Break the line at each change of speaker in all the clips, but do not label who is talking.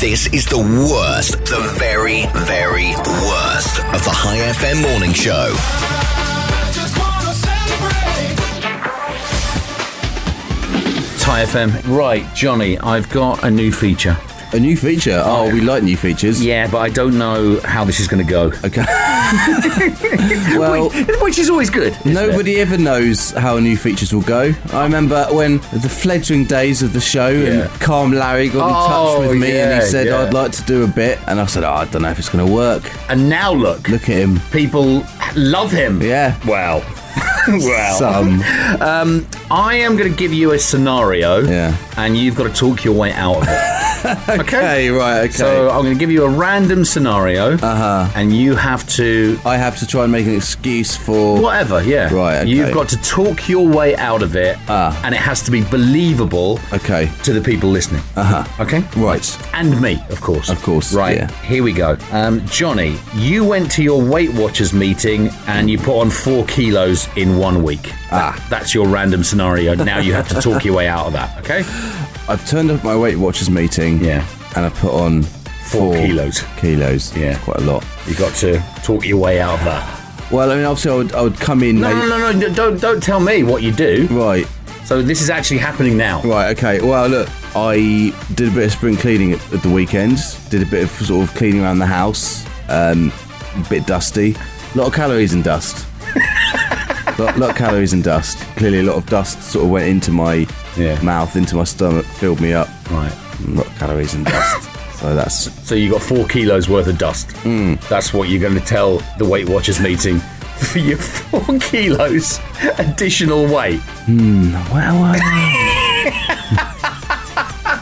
This is the worst, the very, very worst of the High FM morning show.
Thai FM. Right, Johnny, I've got a new feature.
A new feature. Oh, we like new features.
Yeah, but I don't know how this is going to go.
Okay. well,
Which is always good. isn't it?
nobody ever knows how new features will go. I remember when the fledgling days of the show
Yeah.
and Calm Larry got in
Oh,
touch with me and
yeah,
he said,
yeah.
I'd like to do a bit. And I said, oh, I don't know if it's going to work.
And now look,
Look at him.
people love him.
Yeah.
Wow. wow.
Some.
Um, I am going to give you a scenario.
Yeah.
And you've got to talk your way out of it.
okay, right, okay.
So I'm going to give you a random scenario. Uh huh. And you have to.
I have to try and make an excuse for.
Whatever, yeah.
Right, okay.
You've got to talk your way out of it,
Ah.
and it has to be believable
Okay.
to the people listening. Uh huh. Okay?
Right.
And me, of course.
Of course,
Right,
yeah.
here we go. Um, Johnny, you went to your Weight Watchers meeting and you put on four kilos in one week. Ah. that's your random scenario. Now you have to talk your way out of that, okay?
I've turned up at my Weight Watchers meeting.
Yeah.
And I put on
Four
four
kilos.
Kilos.
Yeah.
It's quite a lot.
you got to talk your way out of that.
Well, I mean, obviously, I would, I would come in.
No,
late-
no, no, no, don't, don't tell me what you do.
Right.
So this is actually happening now.
Right, okay. Well, look, I did a bit of spring cleaning at, at the weekend. Did a bit of sort of cleaning around the house. Um, a bit dusty. A lot of calories and dust. lot, lot of calories and dust. Clearly, a lot of dust sort of went into my
Yeah.
mouth, into my stomach, filled me up.
Right.
A lot of calories and dust. so that's
So you got four kilos worth of dust. That's what you're going to tell the Weight Watchers meeting for your four kilos additional weight. Hmm,
well.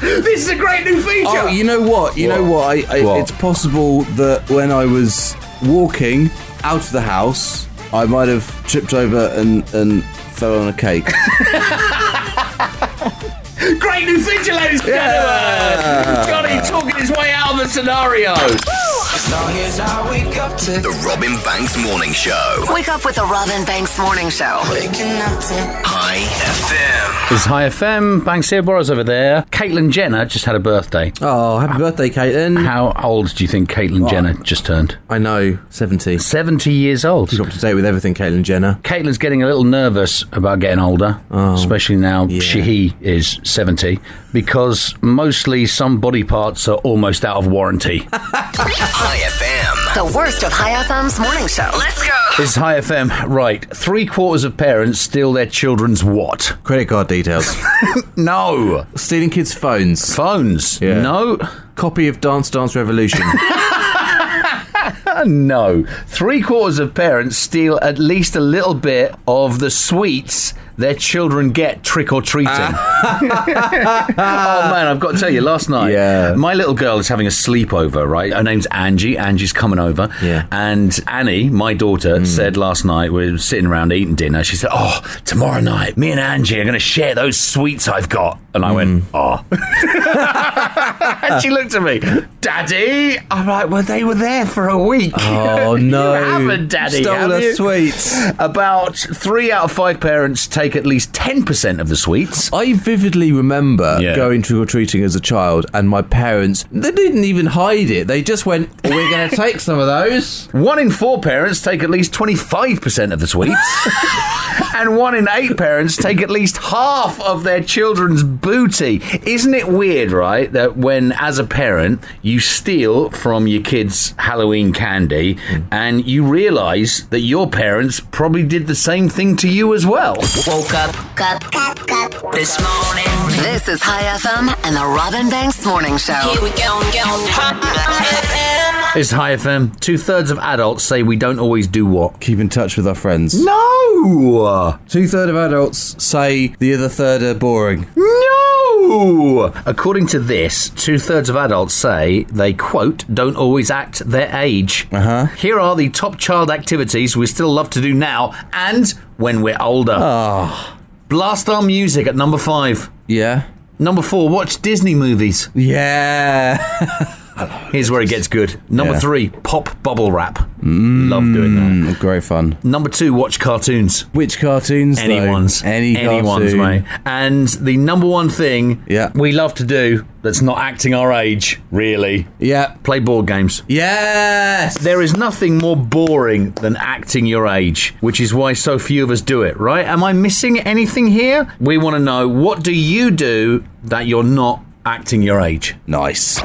This is a great new feature.
Oh, you know what? You know
What?
what? I, I,
What?
It's possible that when I was walking out of the house, I might have tripped over and, and fell on a cake.
Great new feature, ladies and
Yeah.
gentlemen. Johnny talking his way out of a scenario.
The Robin Banks Morning Show.
Wake up with the Robin Banks Morning Show.
High FM.
It's High FM. Banks here, Boris over there. Caitlyn Jenner just had a birthday.
oh, happy birthday, Caitlin.
How old do you think Caitlyn Jenner just turned?
I know, 70.
70 years old.
She's up to date with everything, Caitlin Jenner.
Caitlin's getting a little nervous about getting older, especially now she he is 70, because mostly some body parts are almost out of warranty.
High FM.
The worst of High FM's morning show. Let's go.
it's High FM. Right. Three quarters of parents steal their children's what?
Credit card details.
No.
Stealing kids' phones.
Phones.
Yeah.
No.
Copy of Dance Dance Revolution.
Uh, No. Three quarters of parents steal at least a little bit of the sweets their children get trick or treating. oh man, I've got to tell you, last night,
Ah. Yeah.
my little girl is having a sleepover, right? Her name's Angie. Angie's coming over.
Yeah. Hmm.
And Annie, my daughter, said last night, we were sitting around eating dinner, she said, Oh, tomorrow night, me and Angie are going to share those sweets I've got. And I went,
Hmm.
Oh. and she looked at me, Daddy. I'm like, Well, they were there for a week.
oh, no.
You haven't, Daddy,
Stole
have
her
you?
sweets.
About three out of five parents take at least 10% of the sweets.
I vividly remember
Yeah.
going trick or treating as a child, and my parents they didn't even hide it. They just went, "We're going to take some of those."
One in four parents take at least 25% of the sweets. and one in eight parents take at least half of their children's booty. Isn't it weird, right? That when, as a parent, you steal from your kids' Halloween candy and you realize that your parents probably did the same thing to you as well.
Woke up, up, up, up this morning. This is High FM and the Robin Banks Morning Show. Here we go, go.
It's High FM. Two thirds of adults say we don't always do what?
Keep in touch with our friends.
No!
Two third of adults say the other third are boring.
No! According to this, two thirds of adults say they, quote, don't always act their age. Uh-huh. Here are the top child activities we still love to do now and when we're older.
Ah.
Blast our music at number five.
Yeah,
Number four, watch Disney movies.
yeah.
Here's where it gets good. Number
Yeah.
three, pop bubble wrap. Love doing that.
Mm, Great fun.
Number two, watch cartoons.
Which cartoons? though?
Anyone's.
Any
Anyone's,
cartoon.
mate. And the number one thing
Yeah.
we love to do that's not acting our age, really,
Yeah.
play board games.
Yes.
There is nothing more boring than acting your age, which is why so few of us do it, right? Am I missing anything here? We want to know what do you do that you're not acting your age?
nice.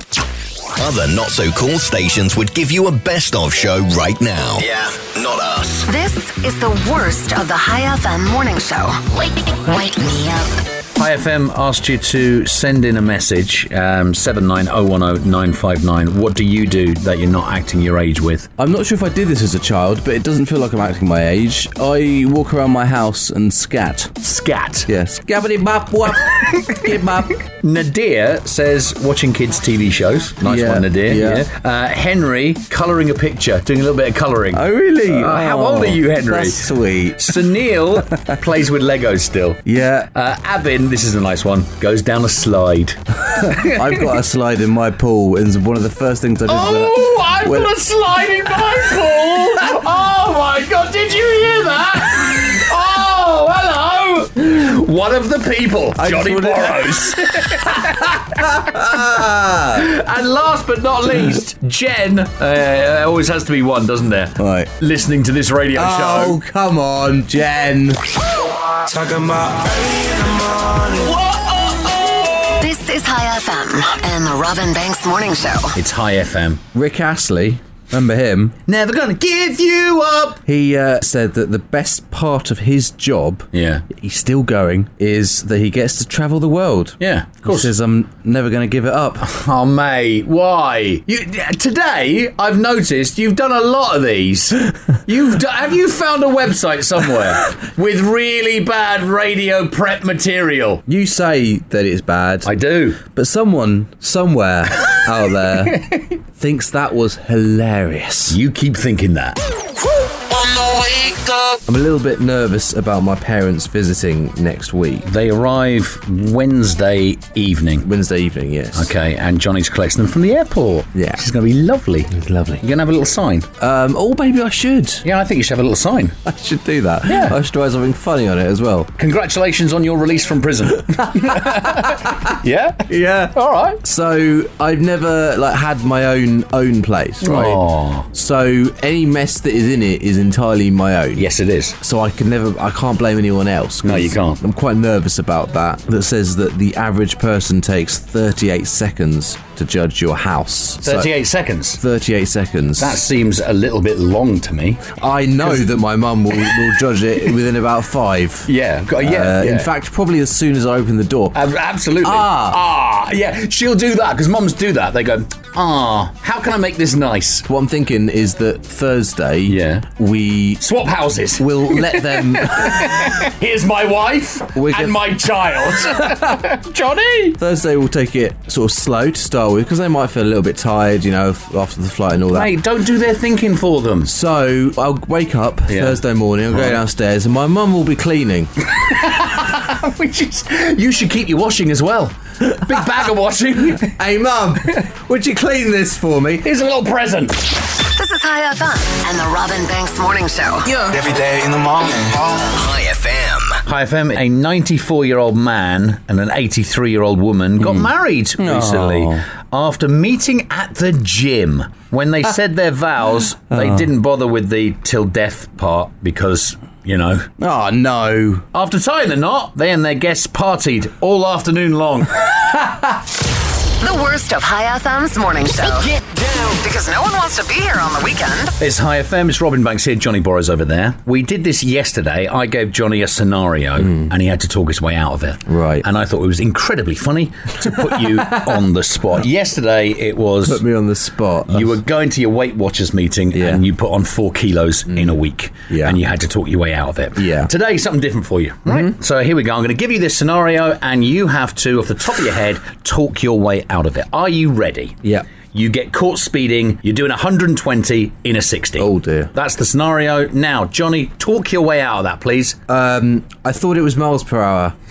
Other not so cool stations would give you a best of show right now. Yeah, not us.
This is the worst of the High FM morning show. Wake, wake me up.
Hi FM asked you to send in a message um, seven nine zero one zero nine five nine. What do you do that you're not acting your age with?
I'm not sure if I did this as a child, but it doesn't feel like I'm acting my age. I walk around my house and scat.
Scat.
Yes. Gabbity bap wap. Skip bap.
Nadir says watching kids' TV shows. Nice
Yeah,
one, Nadir.
yeah.
Uh, Henry colouring a picture, doing a little bit of colouring.
Oh really?
how
Oh,
old are you, Henry?
That's sweet.
Sunil plays with Legos still.
Yeah.
Uh, Abin, this is a nice one, goes down a slide.
I've got a slide in my pool, and one of the first things I
Oh,
did. when I- when-
slide in my pool! Oh my god, did you hear that? Oh, hello! One of the people,
I
Johnny
just wanted-
Borrows. and last but not least, Jen. Uh, there always has to be one, doesn't there?
Right.
Listening to this radio
Oh come on, Jen.
This is High FM and the Robin Banks morning show.
show. It's High FM.
Rick Astley. Remember him?
Never gonna give you up.
He uh, said that the best part of his job,
Yeah.
he's still going, is that he gets to travel the world.
Yeah, of course.
He says, I'm never going to give it up.
Oh mate, why? You, today I've noticed you've done a lot of these. You've do, have you found a website somewhere with really bad radio prep material?
You say that it's bad,
I do.
but someone somewhere out there thinks that was hilarious.
You keep thinking that.
I'm a little bit nervous about my parents visiting next week.
They arrive Wednesday evening.
Wednesday evening, yes.
Okay, and Johnny's collecting them from the airport.
Yeah.
She's going to be lovely.
Lovely.
You're going to have a little sign.
Um, oh, maybe I should.
Yeah, I think you should have a little sign.
I should do that.
Yeah.
I should try something funny on it as well.
Congratulations on your release from prison. yeah?
Yeah.
All right.
So I've never like had my own own place, right?
Aw.
So any mess that is in it is entirely my own.
Yes, it is.
So I can never, I can't blame anyone else. 'cause
No, you can't.
I'm quite nervous about that. That says that the average person takes 38 seconds to judge your house. So-
38 seconds.
38 seconds.
That seems a little bit long to me.
I know that my mum will, will judge it within about five.
Yeah, go-
Uh,
yeah, yeah. Uh,
In fact, probably as soon as I open the door.
Ab- absolutely.
Ah.
ah, yeah. She'll do that because mums do that. They go, ah, how can I make this nice?
what I'm thinking is that Thursday,
Yeah.
we
Swap houses.
will let them.
Here's my wife
We can-
and my child, Johnny.
Thursday we'll take it sort of slow to start with because they might feel a little bit tired, you know, f- after the flight and all that.
Hey, don't do their thinking for them.
So I'll wake up
Yeah.
Thursday morning, I'll go downstairs, and my mum will be cleaning.
Which is, you should keep your washing as well. Big bag of washing.
hey, mum, would you clean this for me?
Here's a little present.
This is High FM and the Robin Banks morning show.
Every day in the morning.
High FM.
Hi FM, a 94 year old man and an 83 year old woman got
Hmm.
married recently after meeting at the gym. When
Ah.
they said their vows, they didn't bother with the till death part because, you know.
Oh, no.
After tying the knot, they and their guests partied all afternoon long.
The worst of High FM's morning show. Get down. Because no one wants to be here on the weekend.
It's Hi FM, it's Robin Banks here, Johnny Borrows over there. We did this yesterday. I gave Johnny a scenario and he had to talk his way out of it.
Hmm. Right.
And I thought it was incredibly funny to put you on the spot. Yesterday it was
Put me on the spot.
you were going to your Weight Watchers meeting
Yeah. Mm.
and you put on four kilos in a week
Yeah.
and you had to talk your way out of it.
Yeah. Mm-hmm.
Today, something different for you, right? So here we go. I'm going to give you this scenario and you have to, off the top of your head, talk your way out of it. Are you ready?
Yeah.
You get caught speeding, you're doing 120 in a 60.
Oh, dear.
That's the scenario. Now, Johnny, talk your
Uh, Um,
way out of that, please.
I thought it was miles per hour.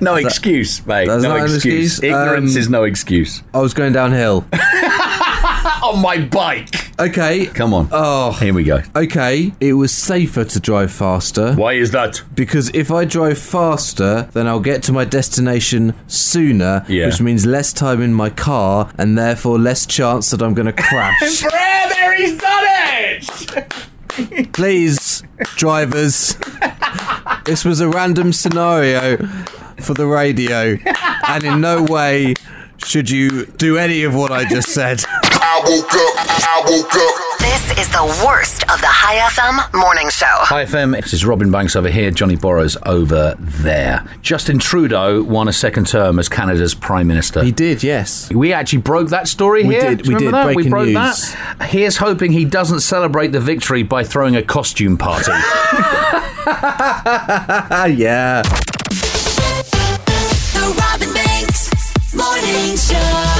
No excuse, mate.
that's
No
not an
excuse.
excuse.
Ignorance
Um,
is no excuse.
I was going downhill.
On my bike.
Okay.
Come on.
Oh.
Here we go.
Okay. It was safer to drive faster.
Why is that?
Because if I drive faster, then I'll get to my destination sooner,
Yeah.
which means less time in my car and therefore less chance that I'm going to crash.
Bradbury's done it!
Please, drivers. this was a random scenario for the radio, and in no way should you do any of what I just said.
I woke up, I woke up.
This is the worst of the High FM morning show.
Hi FM, it is Robin Banks over here, Johnny Borrows over there. Justin Trudeau won a second term as Canada's Prime Minister.
He did, yes.
we actually broke that story
We
here.
did,
Do you
we
remember
did.
That? We
Breaking
broke
news.
that. Here's hoping he doesn't celebrate the victory by throwing a costume party.
Ah, yeah.
The Robin Banks Morning Show.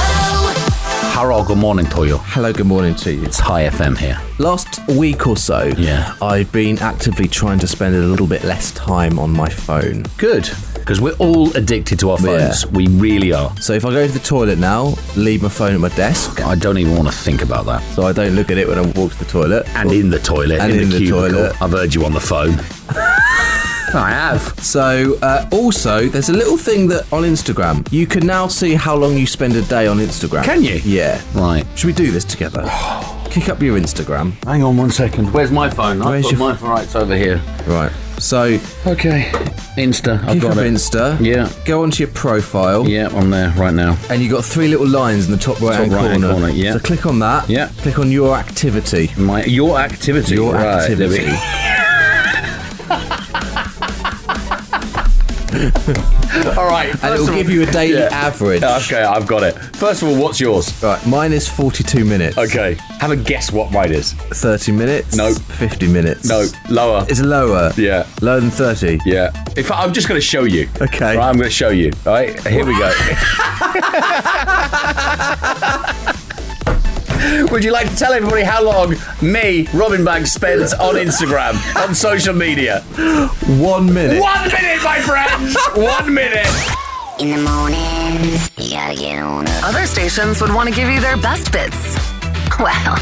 Hello, good morning to you.
Hello, good morning to you.
It's Hi FM here.
Last week or so,
Yeah.
I've been actively trying to spend a little bit less time on my phone.
Good, because we're all addicted to our phones.
Yeah.
We really are.
So if I go to the toilet now, leave my phone at my desk,
I don't even want to think about that.
so I don't look at it when I walk to the toilet.
And in the toilet,
And
in,
in
the,
the
cubicle.
toilet.
I've heard you on the phone. I have.
So, uh, also, there's a little thing that on Instagram, you can now see how long you spend a day on Instagram.
Can you?
Yeah.
Right.
Should we do this together? Kick up your Instagram.
Hang on one second. Where's my phone?
Where's
I've got
your-
my phone. Right, it's over here.
Right. So,
Okay. Insta. I've
kick
got
up
it.
Insta.
Yeah.
Go onto your profile.
Yeah, I'm there right now.
And you got three little lines in the top right hand
right-hand
corner.
corner, yeah.
So click on that.
Yeah.
Click on your activity.
My your activity.
Your
right, there we-
activity.
All right.
And
first
it'll
of
give
all-
you a daily
Yeah.
average.
Okay, I've got it. First of all, what's yours?
Right, mine is 42 minutes.
Okay, have a guess what mine is.
30 minutes?
No.
50 minutes?
No, lower.
It's lower.
Yeah.
Lower than 30.
Yeah. In fact, I'm just going to show you.
Okay.
Right, I'm going to show you. All right, here we go. Would you like to tell everybody how long me, Robin Banks, spends on Instagram, on social media?
One minute.
One minute, my friends! One minute!
In the morning, you gotta get on up. Other stations would want to give you their best bits. Well,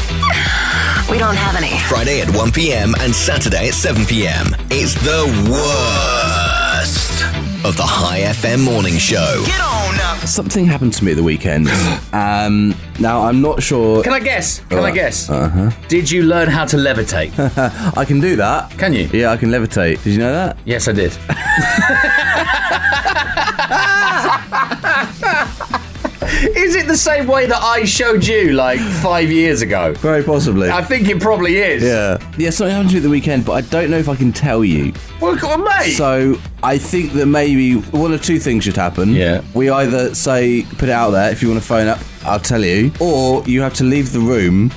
we don't have any.
Friday at 1 p.m. and Saturday at 7 p.m. It's the worst of the High FM morning show.
Something happened to me at the weekend. um, now I'm not sure.
Can I guess? Can I guess? Uh-huh. Did you learn how to levitate?
I can do that.
Can you?
Yeah, I can levitate. Did you know that?
Yes, I did. Is it the same way that I showed you like five years ago?
Very possibly.
I think it probably is.
yeah. Yeah, something happened to me at the weekend, but I don't know if I can tell you.
Well, come on, mate.
So I think that maybe one of two things should happen.
Yeah.
We either say, put it out there, if you want to phone up, I'll tell you. Or you have to leave the room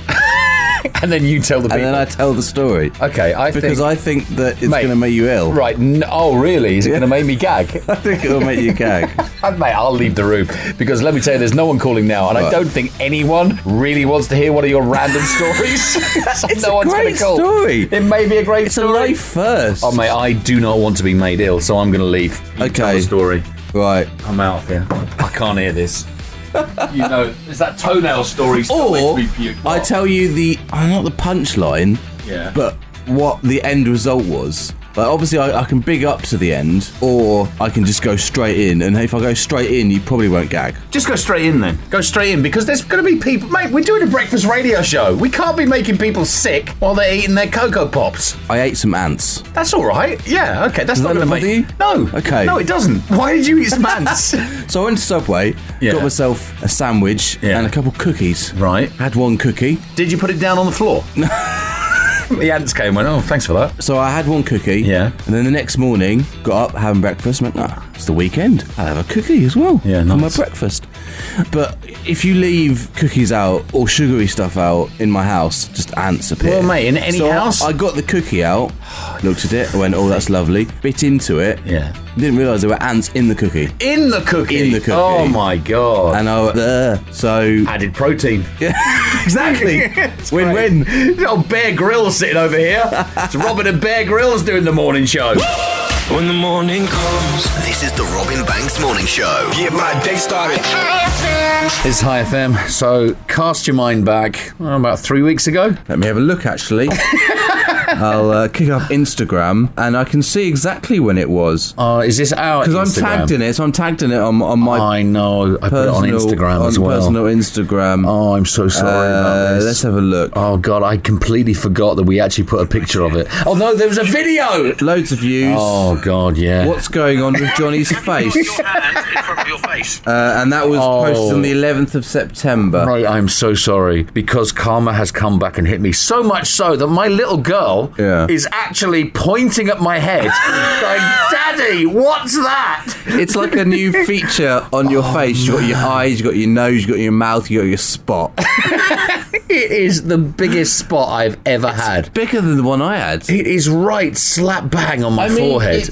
and then you tell the
and
people.
then I tell the story.
okay, I
because
think.
I think that it's
Mate.
going to make you ill.
right. N- oh, really? Is it going to make me gag? Uh,
I think it'll make you gag.
Mate, I'll leave the room because let me tell you, there's no one calling now, and I
Right.
don't think anyone really wants to hear one of your random stories. so
It's
no
a
one's gonna
great
call.
story.
It may be a great
It's a
story.
life first.
Oh, mate, I do not want to be made ill, so I'm going to leave. You
Okay.
Tell the story.
Right.
I'm out of here. I can't hear this. you know, it's that toenail story still
Or
makes me puke.
I tell you the uh, not the punchline,
Yeah.
but what the end result was. Like obviously, I, I can big up to the end, or I can just go straight in. And if I go straight in, you probably won't gag.
Just go straight in then. Go straight in because there's going to be people. Mate, we're doing a breakfast radio show. We can't be making people sick while they're eating their Cocoa Pops.
I ate some ants.
That's all right. Yeah, okay. That's
Does
not
that
going to
bother
make.
you?
No.
Okay.
No, it doesn't. Why did you eat some ants?
So I went to Subway,
Yeah.
got myself a sandwich
Yeah.
and a couple cookies.
Right.
Had one cookie.
did you put it down on the floor? the ants came and went, oh, thanks for that.
So I had one cookie.
Yeah.
And then the next morning, got up, having breakfast, and went, nah, it's the weekend. I'll have a cookie as well.
Yeah,
For my
nice.
breakfast. But if you leave cookies out or sugary stuff out in my house, just ants appear.
Well, mate, in any
So
house-
I got the cookie out, looked at it, I went, oh, that's lovely. Bit into it.
Yeah.
Didn't realise there were ants in the cookie.
In the cookie.
In the cookie.
Oh my god.
And I went, Ugh. So.
added protein.
Exactly. win win.
Little Bear Grylls sitting over here. It's Robin and Bear Grylls doing the morning show.
when the morning comes.
This is the Robin Banks Morning Show.
Get my day started.
It's High FM. So cast your mind back oh, about three weeks ago.
Let me have a look, actually. I'll uh, kick up Instagram and I can see exactly when it was.
Uh, is this our?
Because I'm tagged in it, so I'm tagged in it on, on my
I know. I put it
personal,
on Instagram
on
as well.
personal Instagram.
Oh, I'm so sorry
Uh,
about this.
let's have a look.
Oh god, I completely forgot that we actually put a picture of it. Oh no, there was a video.
Loads of views.
Oh god, yeah.
What's going on with Johnny's face? Uh, and that was
Oh.
posted on the 11th of September.
Right, I'm so sorry because karma has come back and hit me so much so that my little girl
Yeah.
is actually pointing at my head, going, "Daddy, what's that?"
It's like a new feature on your face. You've got your eyes, you've got your nose, you've got your mouth, you've got your spot.
It is the biggest spot I've ever had.
Bigger than the one I had.
It is right slap bang on my forehead.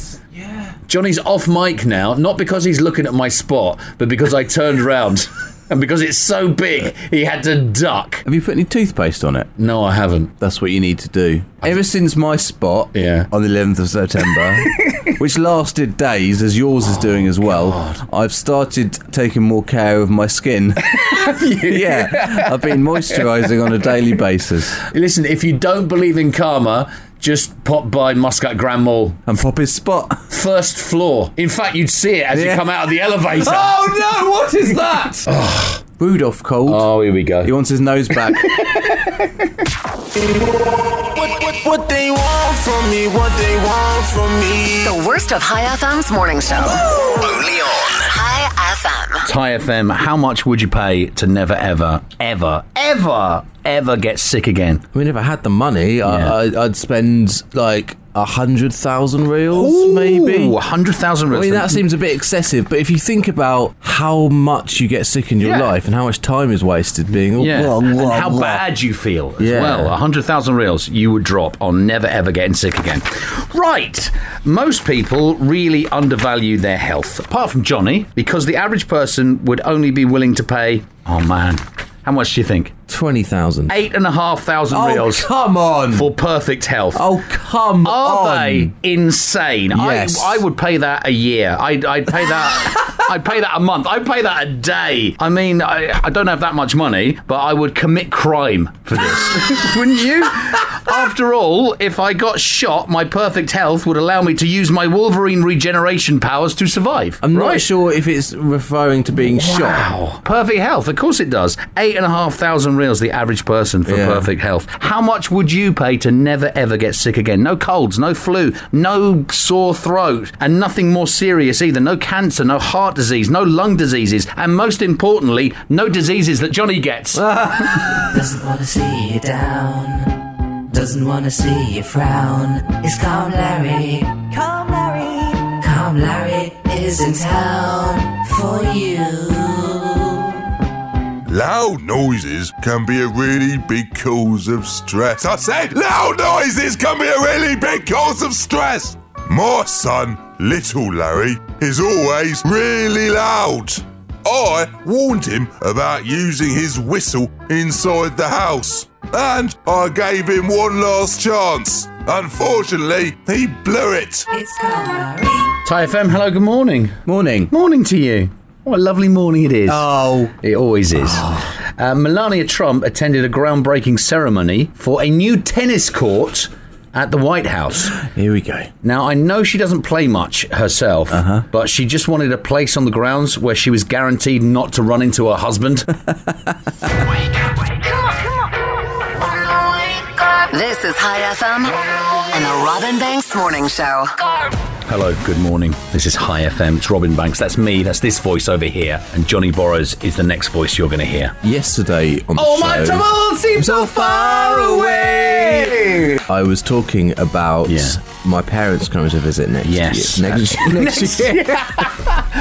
Johnny's off mic now, not because he's looking at my spot, but because I turned round. And because it's so big, he had to duck.
Have you put any toothpaste on it?
No, I haven't.
That's what you need to do. Ever since my spot
Yeah.
on the 11th of September, which lasted days, as yours is doing as well, I've started taking more care of my skin. yeah, I've been moisturising on a daily basis.
Listen, if you don't believe in karma, just pop by Muscat Grand Mall,
And pop his spot.
first floor. In fact, you'd see it as you
Yeah.
come out of the elevator.
Oh no, what is that? Rudolph cold.
Oh, here we go.
He wants his nose back.
What, what, what they want from me, what they want from me.
The worst of High FM's morning show.
Only on
High FM.
Hi FM, how much would you pay to never, ever, ever, ever, ever get sick again?
I mean, if I had the money, I, I, I'd spend like a hundred thousand reals, maybe.
Ooh, 100,000
I mean, that seems a bit excessive, but if you think about how much you get sick in your
Yeah.
life and how much time is wasted being all
Yeah.
blah,
and
blah,
how
blah.
bad you feel as
Yeah.
well. 100,000 reels you would drop on never ever getting sick again. Right. Most people really undervalue their health, apart from Johnny, because the average person would only be willing to pay, oh man, how much do you think?
20,000.
Eight and a half thousand
Oh,
reels
come on.
for perfect health.
Oh, come
Are
on.
they insane?
Yes.
I, I would pay that a year. I'd, I'd pay that. I'd pay that a month. I'd pay that a day. I mean, I, I don't have that much money, but I would commit crime for this. Wouldn't you? After all, if I got shot, my perfect health would allow me to use my Wolverine regeneration powers to survive.
I'm
right?
not sure if it's referring to being shot.
Wow. Perfect health. Of course it does. Eight and a half thousand reals, the average person for
Yeah.
perfect health. How much would you pay to never ever get sick again? No colds, no flu, no sore throat, and nothing more serious either. No cancer, no heart disease, no lung diseases, and most importantly, no diseases that Johnny gets.
Doesn't wanna see you down. Doesn't wanna see you frown. It's Calm Larry. Calm Larry. Calm Larry is in town for you.
Loud noises can be a really big cause of stress. I said, loud noises can be a really big cause of stress. My son, little Larry, is always really loud. I warned him about using his whistle inside the house, and I gave him one last chance. Unfortunately, he blew it.
It's Calm Larry.
Ty FM, hello, good morning.
Morning.
Morning to you. What a lovely morning it is.
Ah.
Oh.
It always is. Uh, Melania Trump attended a groundbreaking ceremony for a new tennis court at the White House.
Here we go.
Now, I know she doesn't play much herself, but she just wanted a place on the grounds where she was guaranteed not to run into her husband.
This is High FM and the Robin Banks Morning Show.
Hello, good morning. This is High FM. It's Robin Banks. That's me. That's this voice over here. And Johnny Borrows is the next voice you're going to hear.
Yesterday on the
Oh,
show,
troubles seem so far away.
I was talking about
Yeah.
my parents coming to visit next
Yes.
year. Next, next year.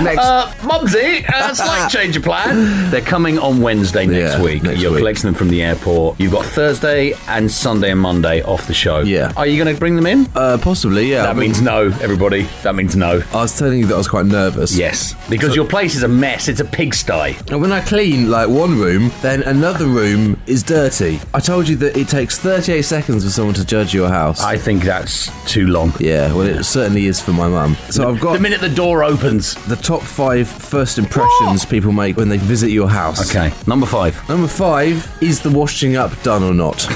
next
Uh, Mumsy, uh, slight change of plan. They're coming on Wednesday next
Yeah,
week.
next
You're
week.
collecting them from the airport. You've got Thursday and Sunday and Monday off the show.
Yeah.
Are you going to bring them in?
Uh, possibly, yeah. I
that
mean,
means no, everybody. That means no.
I was telling you that I was quite nervous.
Yes, because your place is a mess. It's a pigsty.
And when I clean like one room, then another room is dirty. I told you that it takes 38 seconds for someone to judge your house.
I think that's too long.
Yeah, well, it certainly is for my mum. So I've
The
got
minute the door opens.
the top five first impressions people make when they visit your house.
Okay, number five.
Number five is the washing up done or not?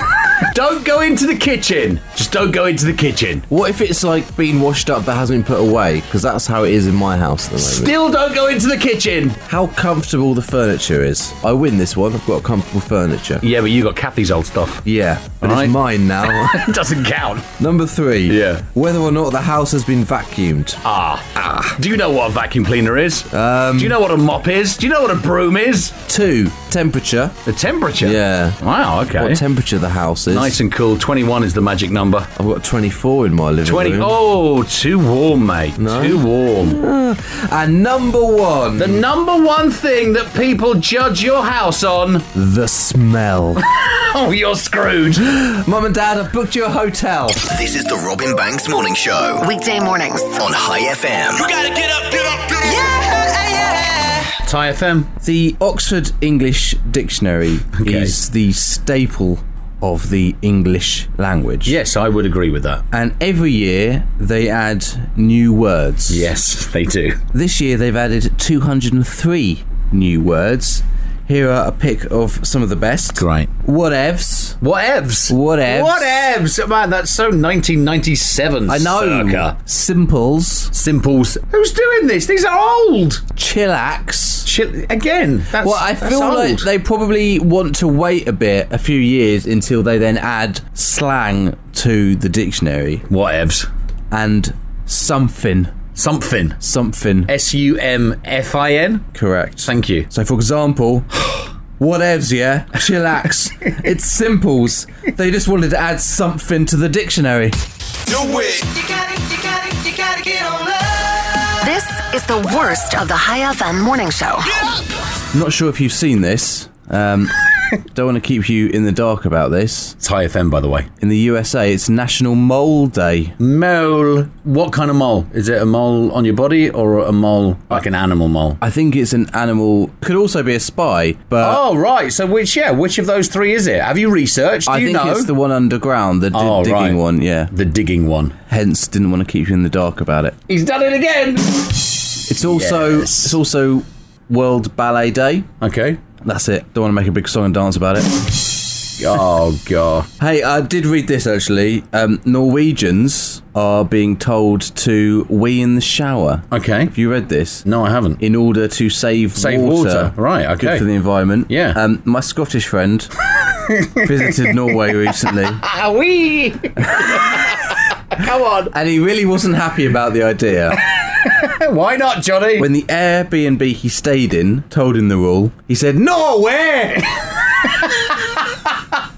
Don't go into the kitchen. Just don't go into the kitchen.
what if it's like being washed up but hasn't been put away? Because that's how it is in my house at the moment.
Still don't go into the kitchen.
how comfortable the furniture is. I win this one. I've got comfortable furniture.
Yeah, but you got Kathy's old stuff.
Yeah, but
Alright.
it's mine now.
It doesn't count.
Number three.
Yeah.
Whether or not the house has been vacuumed.
Ah, ah. Do you know what a vacuum cleaner is? Um, Do you know what a mop is? Do you know what a broom is?
Two. Temperature.
The temperature.
Yeah.
Wow. Okay.
What temperature the house is.
nice and cool. Twenty-one is the magic number.
I've got 24 in my living
Twenty.
room.
Oh, too warm, mate. Too warm.
And number one.
The number one thing that people judge your house on.
the smell.
Oh, you're screwed.
Mum and Dad, I've booked you a hotel.
This is the Robin Banks Morning Show
Weekday mornings.
on High FM.
Gotta get up, get up, get up.
Tie FM.
The Oxford English Dictionary
Okay.
is the staple of the English language.
Yes, I would agree with that.
And every year they add new words.
Yes, they do.
This year they've added 203 new words. Here are a pick of some of the best.
Great.
Whatevs.
Whatevs.
Whatevs.
Whatevs. Man, that's so 1997.
I know.
Circa.
Simples.
Simples. Who's doing this? These are old.
Chillax.
Chill. Again. That's,
Well, I
that's
feel
old.
like they probably want to wait a bit, a few years, until they then add slang to the dictionary
Whatevs.
and something,
Something.
something.
S U M F I N.
Correct.
Eh, Thank you.
So, for example, whatevs, yeah? Chillax. it's simples. They just wanted to add something to the dictionary.
Do it!
You gotta, you gotta, you gotta get on up.
This is the worst of the High FM morning show.
I'm not sure if you've seen this. Um, don't want to keep you in the dark about this.
It's High FM, by the way.
In the USA, it's National Mole Day.
Mole. What kind of mole? Is it a mole on your body or a mole like an animal mole?
I think it's an animal. Could also be a spy, but
Oh right, so which yeah, which of those three is it? Have you researched? Do
I
you
think
know?
it's the one underground, the di-
Oh,
digging
right.
one. Yeah.
The digging one.
Hence, didn't want to keep you in the dark about it.
He's done it again.
It's also
Yes.
it's also World Ballet Day.
Okay.
That's it. Don't want to make a big song and dance about it.
Oh god.
Hey, I did read this actually. Um, Norwegians are being told to wee in the shower.
Okay.
Have you read this?
No, I haven't.
In order to save,
Save water. Right, okay.
Good for the environment.
Yeah.
Um, my Scottish friend visited Norway recently,
Ah wee. Come on.
and he really wasn't happy about the idea.
Why not, Johnny?
When the Airbnb he stayed in told him the rule, he said, "Norway."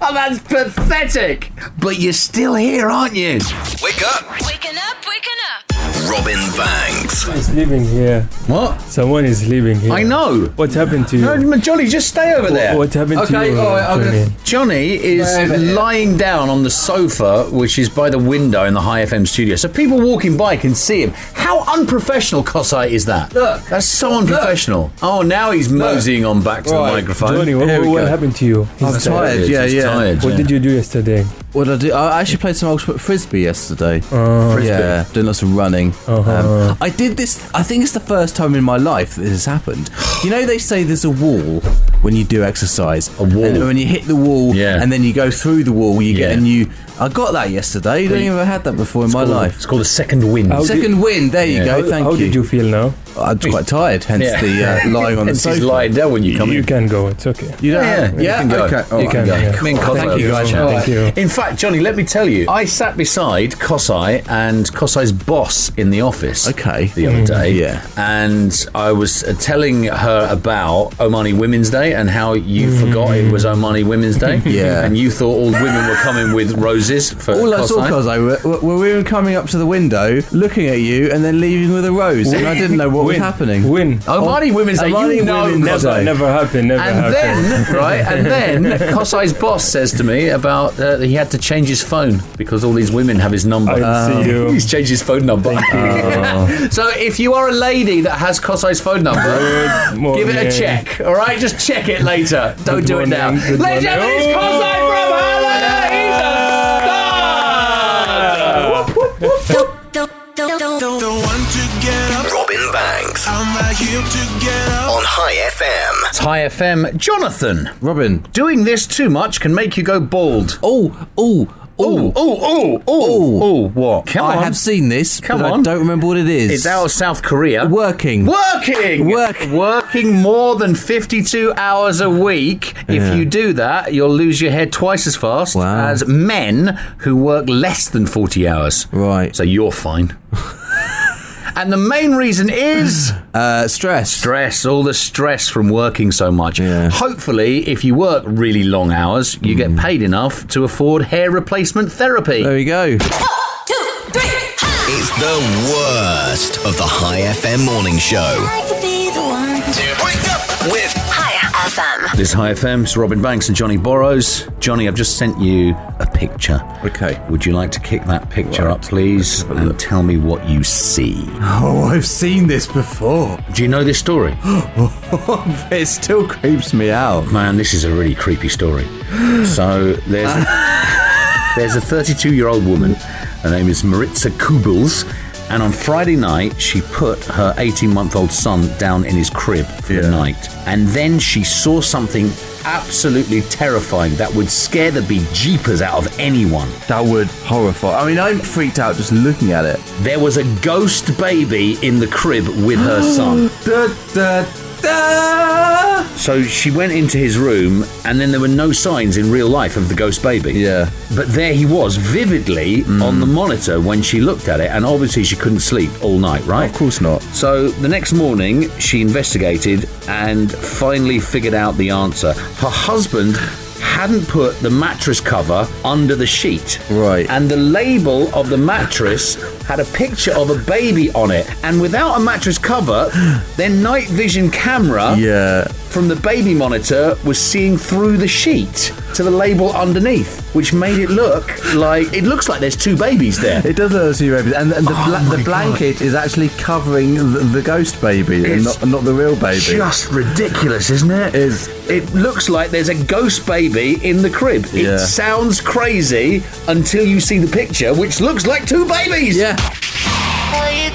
Oh, that's pathetic. But you're still here, aren't you?
Wake up,
Waking up, waking up.
Robin Banks.
Sleeping here.
What?
Someone is sleeping here.
I know.
What happened to you?
No, Johnny, just stay over there.
What happened to
Okay,
you?
all right, I'm gonna-
Johnny?
Johnny is lying down on the sofa, which is by the window in the High FM studio, so people walking by can see him. How unprofessional, Cossai, is that?
Look.
that's so unprofessional. Oh, now he's moseying on back to
Right,
the microphone.
Johnny, what,
Here we
what
go.
happened to you?
I'm
He's-
tired.
He's
Yeah, yeah.
tired,
What did you do yesterday?
What did I do? I actually played some ultimate frisbee yesterday. Yeah, doing lots of running.
Uh-huh.
Um, I did this. I think it's the first time in my life that this has happened. You know, they say there's a wall when you do exercise. A
wall.
And when you hit the wall,
Yeah.
and then you go through the wall, you get
Yeah.
a new. I got that yesterday. You don't even have had that before in my life.
It's called a second wind.
Oh,
How did-
Second wind. There you go.
How-
Thank
How
you.
did you feel now?
I'm quite tired, hence
Yeah.
the uh, lying on the
Hence he's
sofa.
lying down when you come
You
in.
can go. It's okay.
You don't
Yeah,
have-
you can go.
Okay. all
You
right.
can go.
Come in,
Yeah.
Cossai.
Thank you, guys.
All right.
Thank you.
In fact, Johnny, let me tell you, I sat beside Cossai and Cossai's boss in the office.
Okay.
The other day.
Mm, Yeah.
And I was uh, telling her about Omani Women's Day and how you forgot it was Omani Women's Day.
Mm. Yeah.
And you thought all women were coming with roses for
All I saw,
Cossai.
Cosmo, were, were women coming up to the window, looking at you, and then leaving with a rose, and I didn't know what was
Win.
happening. Oh,
Win.
Oh,
Omani Women's Day,
Omani
you know
Women's
that.
Day.
Never, never happened. Never
And
happened.
then, right, and then Cossai's boss says to me about uh, that he had to change his phone because all these women have his number. Oh.
I see you.
He's changed his phone number. so if you are a lady that has Cossai's phone number,
Morning.
give it a check, all right? Just check it later. Don't do it now.
morning, good
Ladies and gentlemen,
morning.
it's Kossai from Helena. He's a star! Whoop, whoop, whoop, whoop.
Banks. On High FM.
Oh!
It's High FM. Jonathan.
Robin.
Doing this too much can make you go bald.
Oh, oh.
Oh, oh, oh, oh, oh, what? Come
I
on.
have seen this,
Come
but
on.
I don't remember what it is.
It's out of South Korea.
working.
Working!
Work-
Working more than 52 hours a week. If you do that, you'll lose your hair twice as fast
Wow.
as men who work less than 40 hours.
Right.
So you're fine. and the main reason is
Uh, stress.
stress, all the stress from working so much.
Yeah. Mm.
Hopefully, if you work really long hours, you get paid enough to afford hair replacement therapy.
There we go.
It's the worst of the High FM morning show.
With Higher FM.
This is High FM, it's Robin Banks and Johnny Borrows. Johnny, I've just sent you a picture.
Okay.
Would you like to kick that picture up, please, and tell me what you see?
Oh, I've seen this before.
Do you know this story?
it still creeps me out.
Man, this is a really creepy story. So there's a, there's a 32 year old woman. Her name is Maritza Kubels, and on Friday night she put her 18 month old son down in his crib for the night, and then she saw something absolutely terrifying that would scare the bejeepers out of anyone.
That would horrify. I mean, I'm freaked out just looking at it.
There was a ghost baby in the crib with her son.
Da, da, da.
So she went into his room, and then there were no signs in real life of the ghost baby.
Yeah.
But there he was, vividly on the monitor when she looked at it, and obviously she couldn't sleep all night, right?
Of course not.
So the next morning, she investigated and finally figured out the answer. Her husband hadn't put the mattress cover under the sheet.
Right.
And the label of the mattress had a picture of a baby on it. And without a mattress cover, their night vision camera
Yeah.
from the baby monitor was seeing through the sheet to the label underneath, which made it look like it looks like there's two babies there.
It does look two babies, and, and the,
Oh
bla- the blanket is actually covering the, the ghost baby, and
It's
not, not the real baby.
Just ridiculous, isn't it?
Is.
It looks like there's a ghost baby in the crib.
Yeah.
It sounds crazy until you see the picture, which looks like two babies.
Yeah.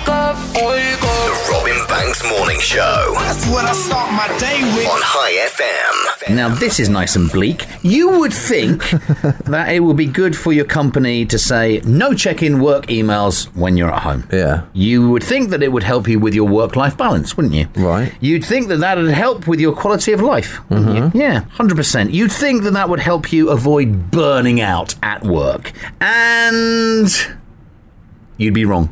The Robin Banks morning show
That's what I start my day with.
on High FM.
Now, this is nice and bleak. You would think that it would be good for your company to say no check in work emails when you're at home.
Yeah.
You would think that it would help you with your work life balance, wouldn't you?
Right.
You'd think that that would help with your quality of life. wouldn't you? Yeah, 100%. You'd think that that would help you avoid burning out at work. And you'd be wrong.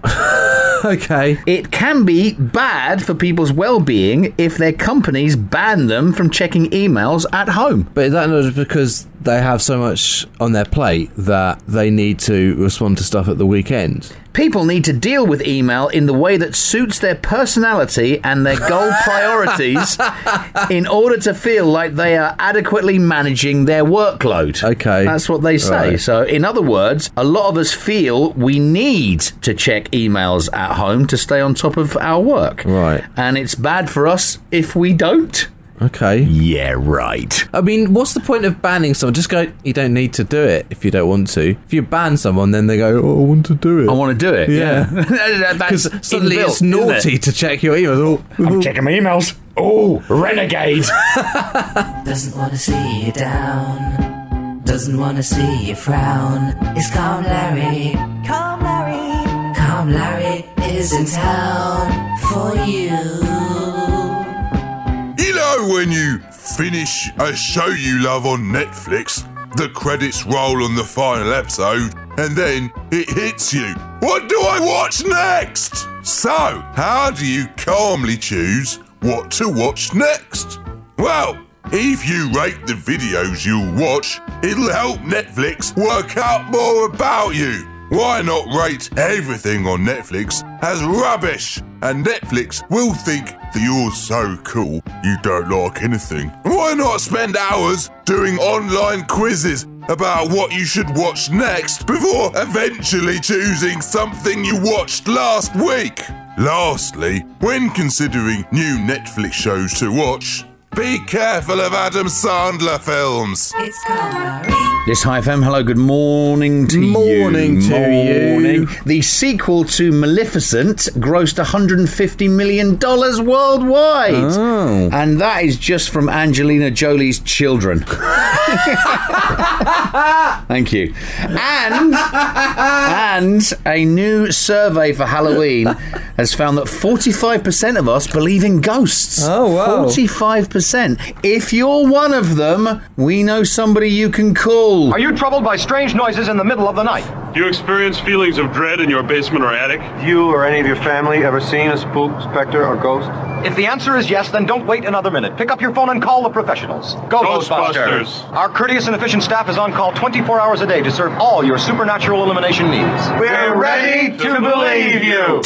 Okay.
It can be bad for people's well being if their companies ban them from checking emails at home.
But is that not just because they have so much on their plate that they need to respond to stuff at the weekend?
People need to deal with email in the way that suits their personality and their goal priorities in order to feel like they are adequately managing their workload.
Okay.
That's what they say.
Right.
So, in other words, a lot of us feel we need to check emails at home to stay on top of our work.
Right.
And it's bad for us if we don't.
Okay.
Yeah, right.
I mean, what's the point of banning someone? Just go, you don't need to do it if you don't want to. If you ban someone, then they go, oh, I want to do it.
I want to do it.
Yeah.
That's
Because suddenly
inbuilt,
it's
isn't it?
naughty to check your emails. Oh, oh.
Checking my emails. Oh, renegade.
Doesn't want to see you down. Doesn't want to see you frown. It's Calm Larry. Calm Larry. Calm Larry is in town for you.
You know when you finish a show you love on Netflix, the credits roll on the final episode, and then it hits you. What do I watch next? So, how do you calmly choose what to watch next? Well, if you rate the videos you watch, it'll help Netflix work out more about you. Why not rate everything on Netflix as rubbish? And Netflix will think that you're so cool you don't like anything. Why not spend hours doing online quizzes about what you should watch next before eventually choosing something you watched last week? Lastly, when considering new Netflix shows to watch, Be careful of Adam Sandler films.
It's Calvary.
This High FM, hello, good morning to you.
Morning to you.
Morning. The sequel to Maleficent grossed $150 million worldwide.
Oh.
And that is just from Angelina Jolie's children. Thank you. And, and a new survey for Halloween has found that 45% of us believe in ghosts.
Oh, wow.
45%. If you're one of them, we know somebody you can call.
Are you troubled by strange noises in the middle of the night?
Do you experience feelings of dread in your basement or attic?
You or any of your family ever seen a spook, specter, or ghost?
If the answer is yes, then don't wait another minute. Pick up your phone and call the professionals. Go
Ghostbusters.
Ghostbusters! Our courteous and efficient staff is on call 24 hours a day to serve all your supernatural elimination needs.
We're ready to believe you.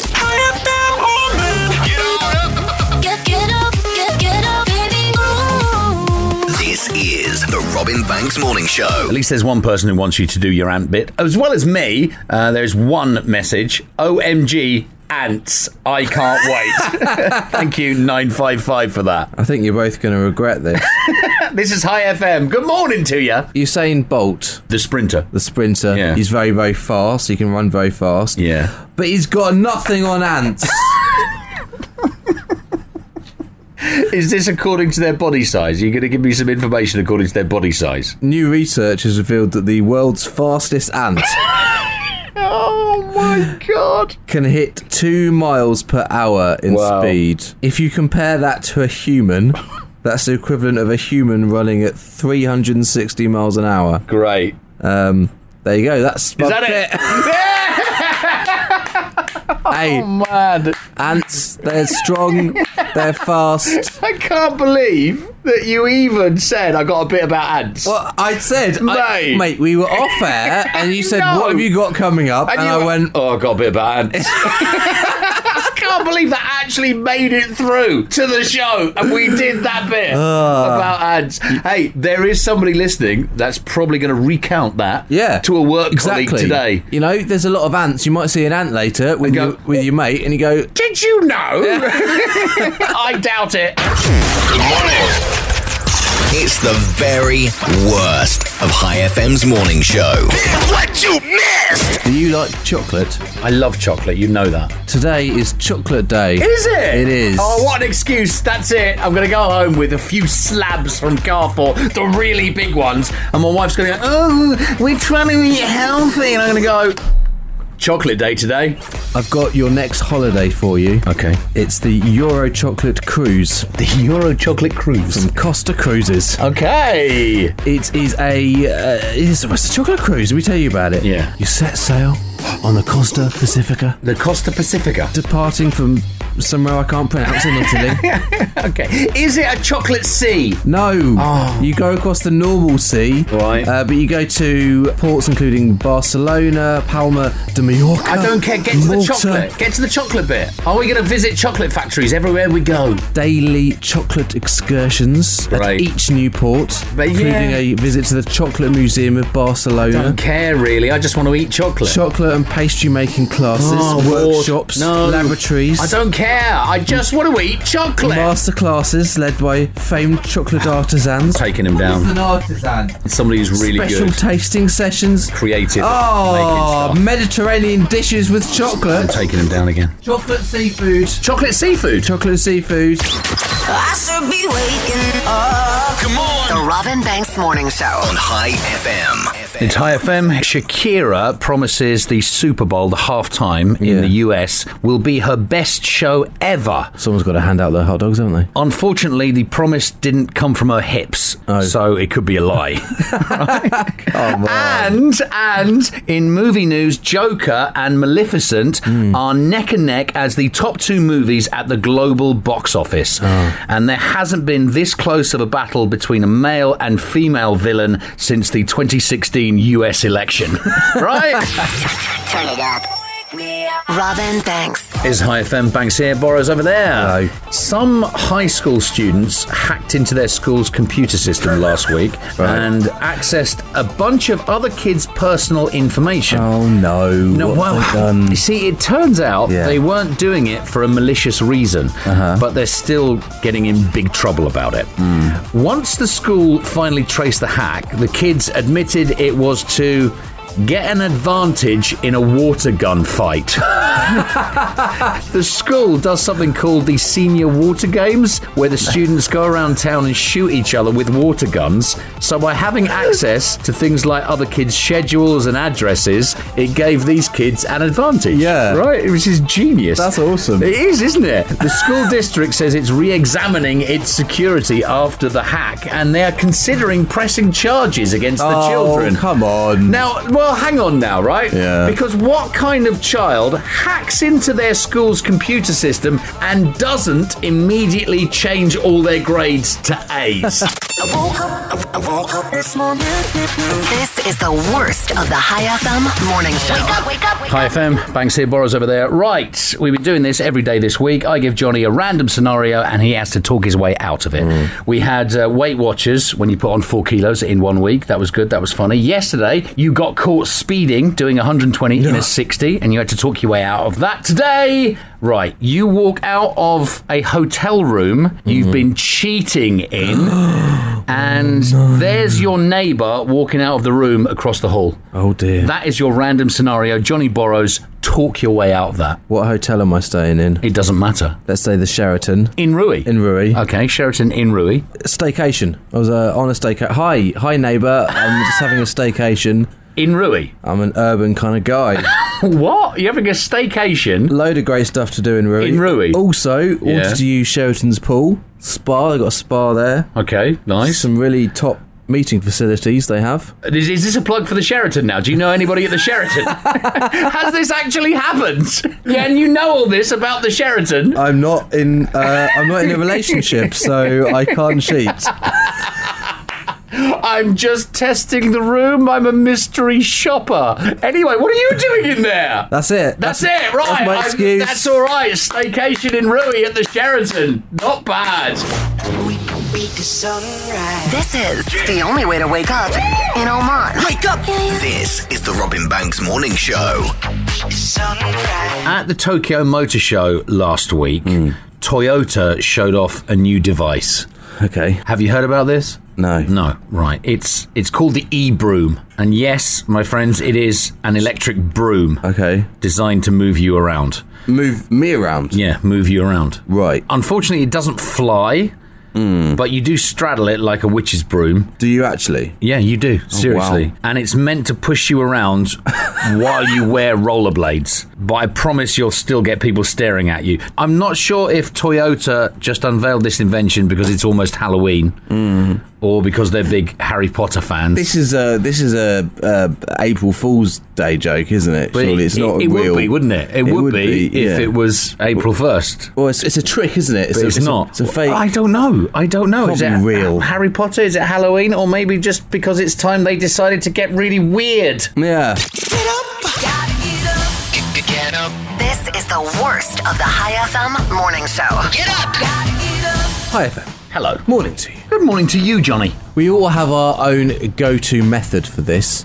This is the Robin Banks Morning Show.
At least there's one person who wants you to do your ant bit. As well as me, uh, there's one message OMG, ants. I can't wait. Thank you, 955, for that.
I think you're both going to regret this.
This is High FM. Good morning to you.
Usain Bolt,
The sprinter.
the sprinter,
Yeah.
he's very, very fast. He can run very fast.
Yeah.
But he's got nothing on ants.
Is this according to their body size? You're going to give me some information according to their body size.
New research has revealed that the world's fastest ant
Oh my god.
can hit two miles per hour in
Wow.
speed. If you compare that to a human, that's the equivalent of a human running at 360 miles an hour.
Great.
Um, there you go. That's
Is that it?
Hey,
Oh. Man,
ants, they're strong, they're fast.
I can't believe that you even said I got a bit about ants.
Well, I said, I,
Mate.
mate, we were off air, and you said,
No.
"What have you got coming up?" And,
And you
I
were-
went,
Oh, I got a bit about ants. I can't believe that actually made it through to the show and we did that bit
Ah.
about ants. Hey, there is somebody listening that's probably going to recount that
"Yeah,
to a work
exactly.
colleague today.
You know, there's a lot of ants. You might see an ant later with
And go,
your, with your mate, and you go,
Did you know? I doubt it.
It's the very worst of High FM's morning show.
What you missed?
"Do you like chocolate?"
I love chocolate, you know that.
Today is chocolate day.
Is it?
It is.
Oh, what an excuse. That's it. I'm going to go home with a few slabs from Carrefour, the really big ones. And my wife's going to go, oh, we're trying to eat healthy. And I'm going to go, chocolate day today.
I've got your next holiday for you.
Okay.
It's the Euro Chocolate Cruise
The Euro chocolate cruise.
from Costa Cruises.
Okay.
It is a uh, it's, it's a chocolate cruise. Let me tell you about it.
Yeah.
You set sail on the Costa Pacifica,
The Costa Pacifica.
departing from somewhere I can't pronounce in Italy.
Okay. Is it a chocolate sea?
No, you go across the normal sea,
Ah. Right.
Uh, but you go to ports including Barcelona, Palma de Mallorca.
I don't care. Get to the
Malta.
chocolate. Get to the chocolate bit. Are we going to visit chocolate factories everywhere we go?
daily chocolate excursions
Right.
at each new port,
But
including
yeah.
a visit to the Chocolate Museum of Barcelona.
Don't care really. I just want to eat chocolate.
Chocolate and pastry making classes,
Oh, Lord.
workshops,
No.
laboratories,
I don't care. I just want to eat chocolate.
master classes led by famed chocolate artisans.
Taking him down.
artisan.
Somebody who's really
Special
good.
tasting sessions.
Creative.
Oh,
making stuff.
Mediterranean dishes with
I'm
chocolate.
taking him down again.
Chocolate seafood.
Chocolate seafood.
Chocolate seafood.
I should be waking up. The Robin Banks Morning Show.
On High FM.
Entire FM. Shakira promises the Super Bowl, the halftime in
Yeah.
the US, will be her best show ever.
Someone's got to hand out their hot dogs, haven't they?
Unfortunately, the promise didn't come from her hips, so it could be a lie. and and in movie news, Joker and Maleficent are neck and neck as the top two movies at the global box office, and there hasn't been this close of a battle between a male and female villain since the 2016 U.S. election. right?
Turn it up. Robin Banks.
Is High FM Banks here? Borrow's over there. Some high school students hacked into their school's computer system last week and accessed a bunch of other kids' personal information. Oh
no!
No,
What have
well,
they done?
you see, it turns out
Yeah. Uh-huh.
they weren't doing it for a malicious reason, but they're still getting in big trouble about it.
Hmm.
Once the school finally traced the hack, the kids admitted it was to get an advantage in a water gun fight. The school does something called the senior water games, where the students go around town and shoot each other with water guns. So, by having access to things like other kids' schedules and addresses, it gave these kids an advantage. Yeah. Right? Which is genius. That's awesome. It is, isn't it? The school district says it's re examining its security after the hack, and they are considering pressing charges against the
Oh,
children.
come on.
Now, well, hang on now, right?
Yeah.
Because what kind of child hacks into their school's computer system and doesn't immediately change all their grades to A's?
This is the worst of the High FM morning show. Wake up, wake up, wake
Hi FM, Banks here, Borrow's over there. Right, we've been doing this every day this week. I give Johnny a random scenario and he has to talk his way out of it. We had uh, Weight Watchers when you put on four kilos in one week. That was good, that was funny. Yesterday, you got caught speeding, doing 120 in a 60, and you had to talk your way out of that. Today, right, you walk out of a hotel room you've been cheating in, and there's your neighbour walking out of the room across the hall.
Oh dear.
That is your random scenario. Johnny Borrows, talk your way out of that.
What hotel am I staying in?
It doesn't matter.
Let's say the Sheraton.
In Rui.
In Rui.
Okay, Sheraton in Rui.
Staycation. I was uh, on a staycation. Hi, hi neighbour. I'm just having a staycation.
In Rui.
I'm an urban kind of guy.
what? You're having a staycation?
Load of great stuff to do in Rui.
In Rui.
Also, wanted
Yeah.
to use Sheraton's pool, spa. They got a spa there.
Okay, nice.
Some really top meeting facilities they have.
Is, is this a plug for the Sheraton now? Do you know anybody at the Sheraton? Has this actually happened? Yeah, and you know all this about the Sheraton.
I'm not in. Uh, I'm not in a relationship, so I can't cheat.
I'm just testing the room. I'm a mystery shopper. Anyway, what are you doing in there?
That's it.
That's, it, right?
That's my
I'm-
excuse.
that's all right. Staycation in Rui at the Sheraton. Not bad.
up. This is the only way to wake up in Oman. Wake up.
This is the Robin Banks Morning Show.
At the Tokyo Motor Show last week, Toyota showed off a new device.
Okay.
Have you heard about this?
No.
No, right. It's it's called the e-broom. And yes, my friends, it is an electric broom.
Okay.
Designed to move you around.
Move me around.
Yeah, move you around.
Right.
Unfortunately, it doesn't fly, but you do straddle it like a witch's broom.
Do you actually?
Yeah, you do. Seriously.
Oh, wow.
And it's meant to push you around while you wear rollerblades. But I promise you'll still get people staring at you. I'm not sure if Toyota just unveiled this invention because it's almost Halloween or because they're big Harry Potter fans.
Mm. This is a this is a uh, April Fool's Day joke, isn't it?
But
Surely it's
it,
not
it
real.
would be, wouldn't it? It, would, be, if
yeah.
it was April 1st.
Well, it's, it's a trick, isn't it?
But
a,
it's,
a-
not.
It's a fake.
I don't know. I don't know. Is it
Can't be real.
Harry Potter? Is it Halloween? Or maybe just because it's time they decided to get really weird?
Yeah.
This is the worst of the High FM morning show. Get up.
Hi, FM.
Hello.
Morning to you.
Good morning to you, Johnny.
We all have our own go-to method for this.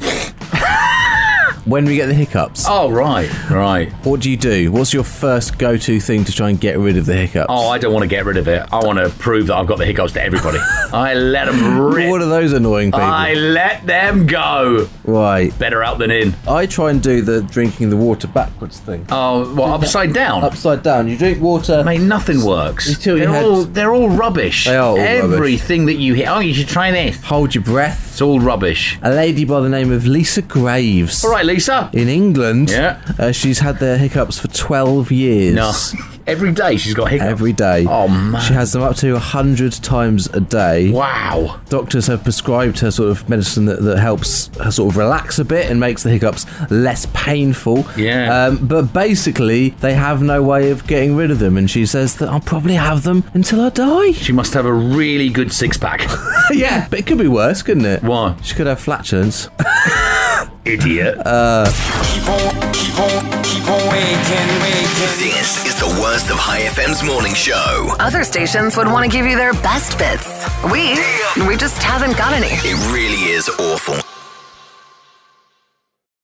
when we get the hiccups,
Oh, right. Right.
what do you do? What's your first go-to thing to try and get rid of the hiccups?
Oh, I don't want to get rid of it. I want to prove that I've got the hiccups to everybody. I let them rip.
what are those annoying people?
I let them go.
Right.
Better out than in.
I try and do the drinking the water backwards thing.
Oh, well, upside down.
Upside down. You drink water.
Mate, nothing works.
Until you
they're
had-
all they're all rubbish.
They are all rubbish.
Everything that you hear. Oh, you should try this.
Hold your breath.
It's all rubbish.
A lady by the name of Lisa Graves.
All right, Lisa.
In England,
Yeah.
uh, she's had the hiccups for 12 years.
No. Every day she's got hiccups.
Every day.
Oh, man.
She has them up to 100 times a day.
Wow.
Doctors have prescribed her sort of medicine that, that helps her sort of relax a bit and makes the hiccups less painful.
Yeah.
Um, but basically, they have no way of getting rid of them, and she says that I'll probably have them until I die.
She must have a really good six pack.
yeah, but it could be worse, couldn't it?
Why?
She could have flatulence.
Idiot.
Uh,
Keep on, keep on, keep on waking, waking. This is the worst of High FM's morning show.
Other stations would want to give you their best bits. We, we just haven't got any.
It really is awful.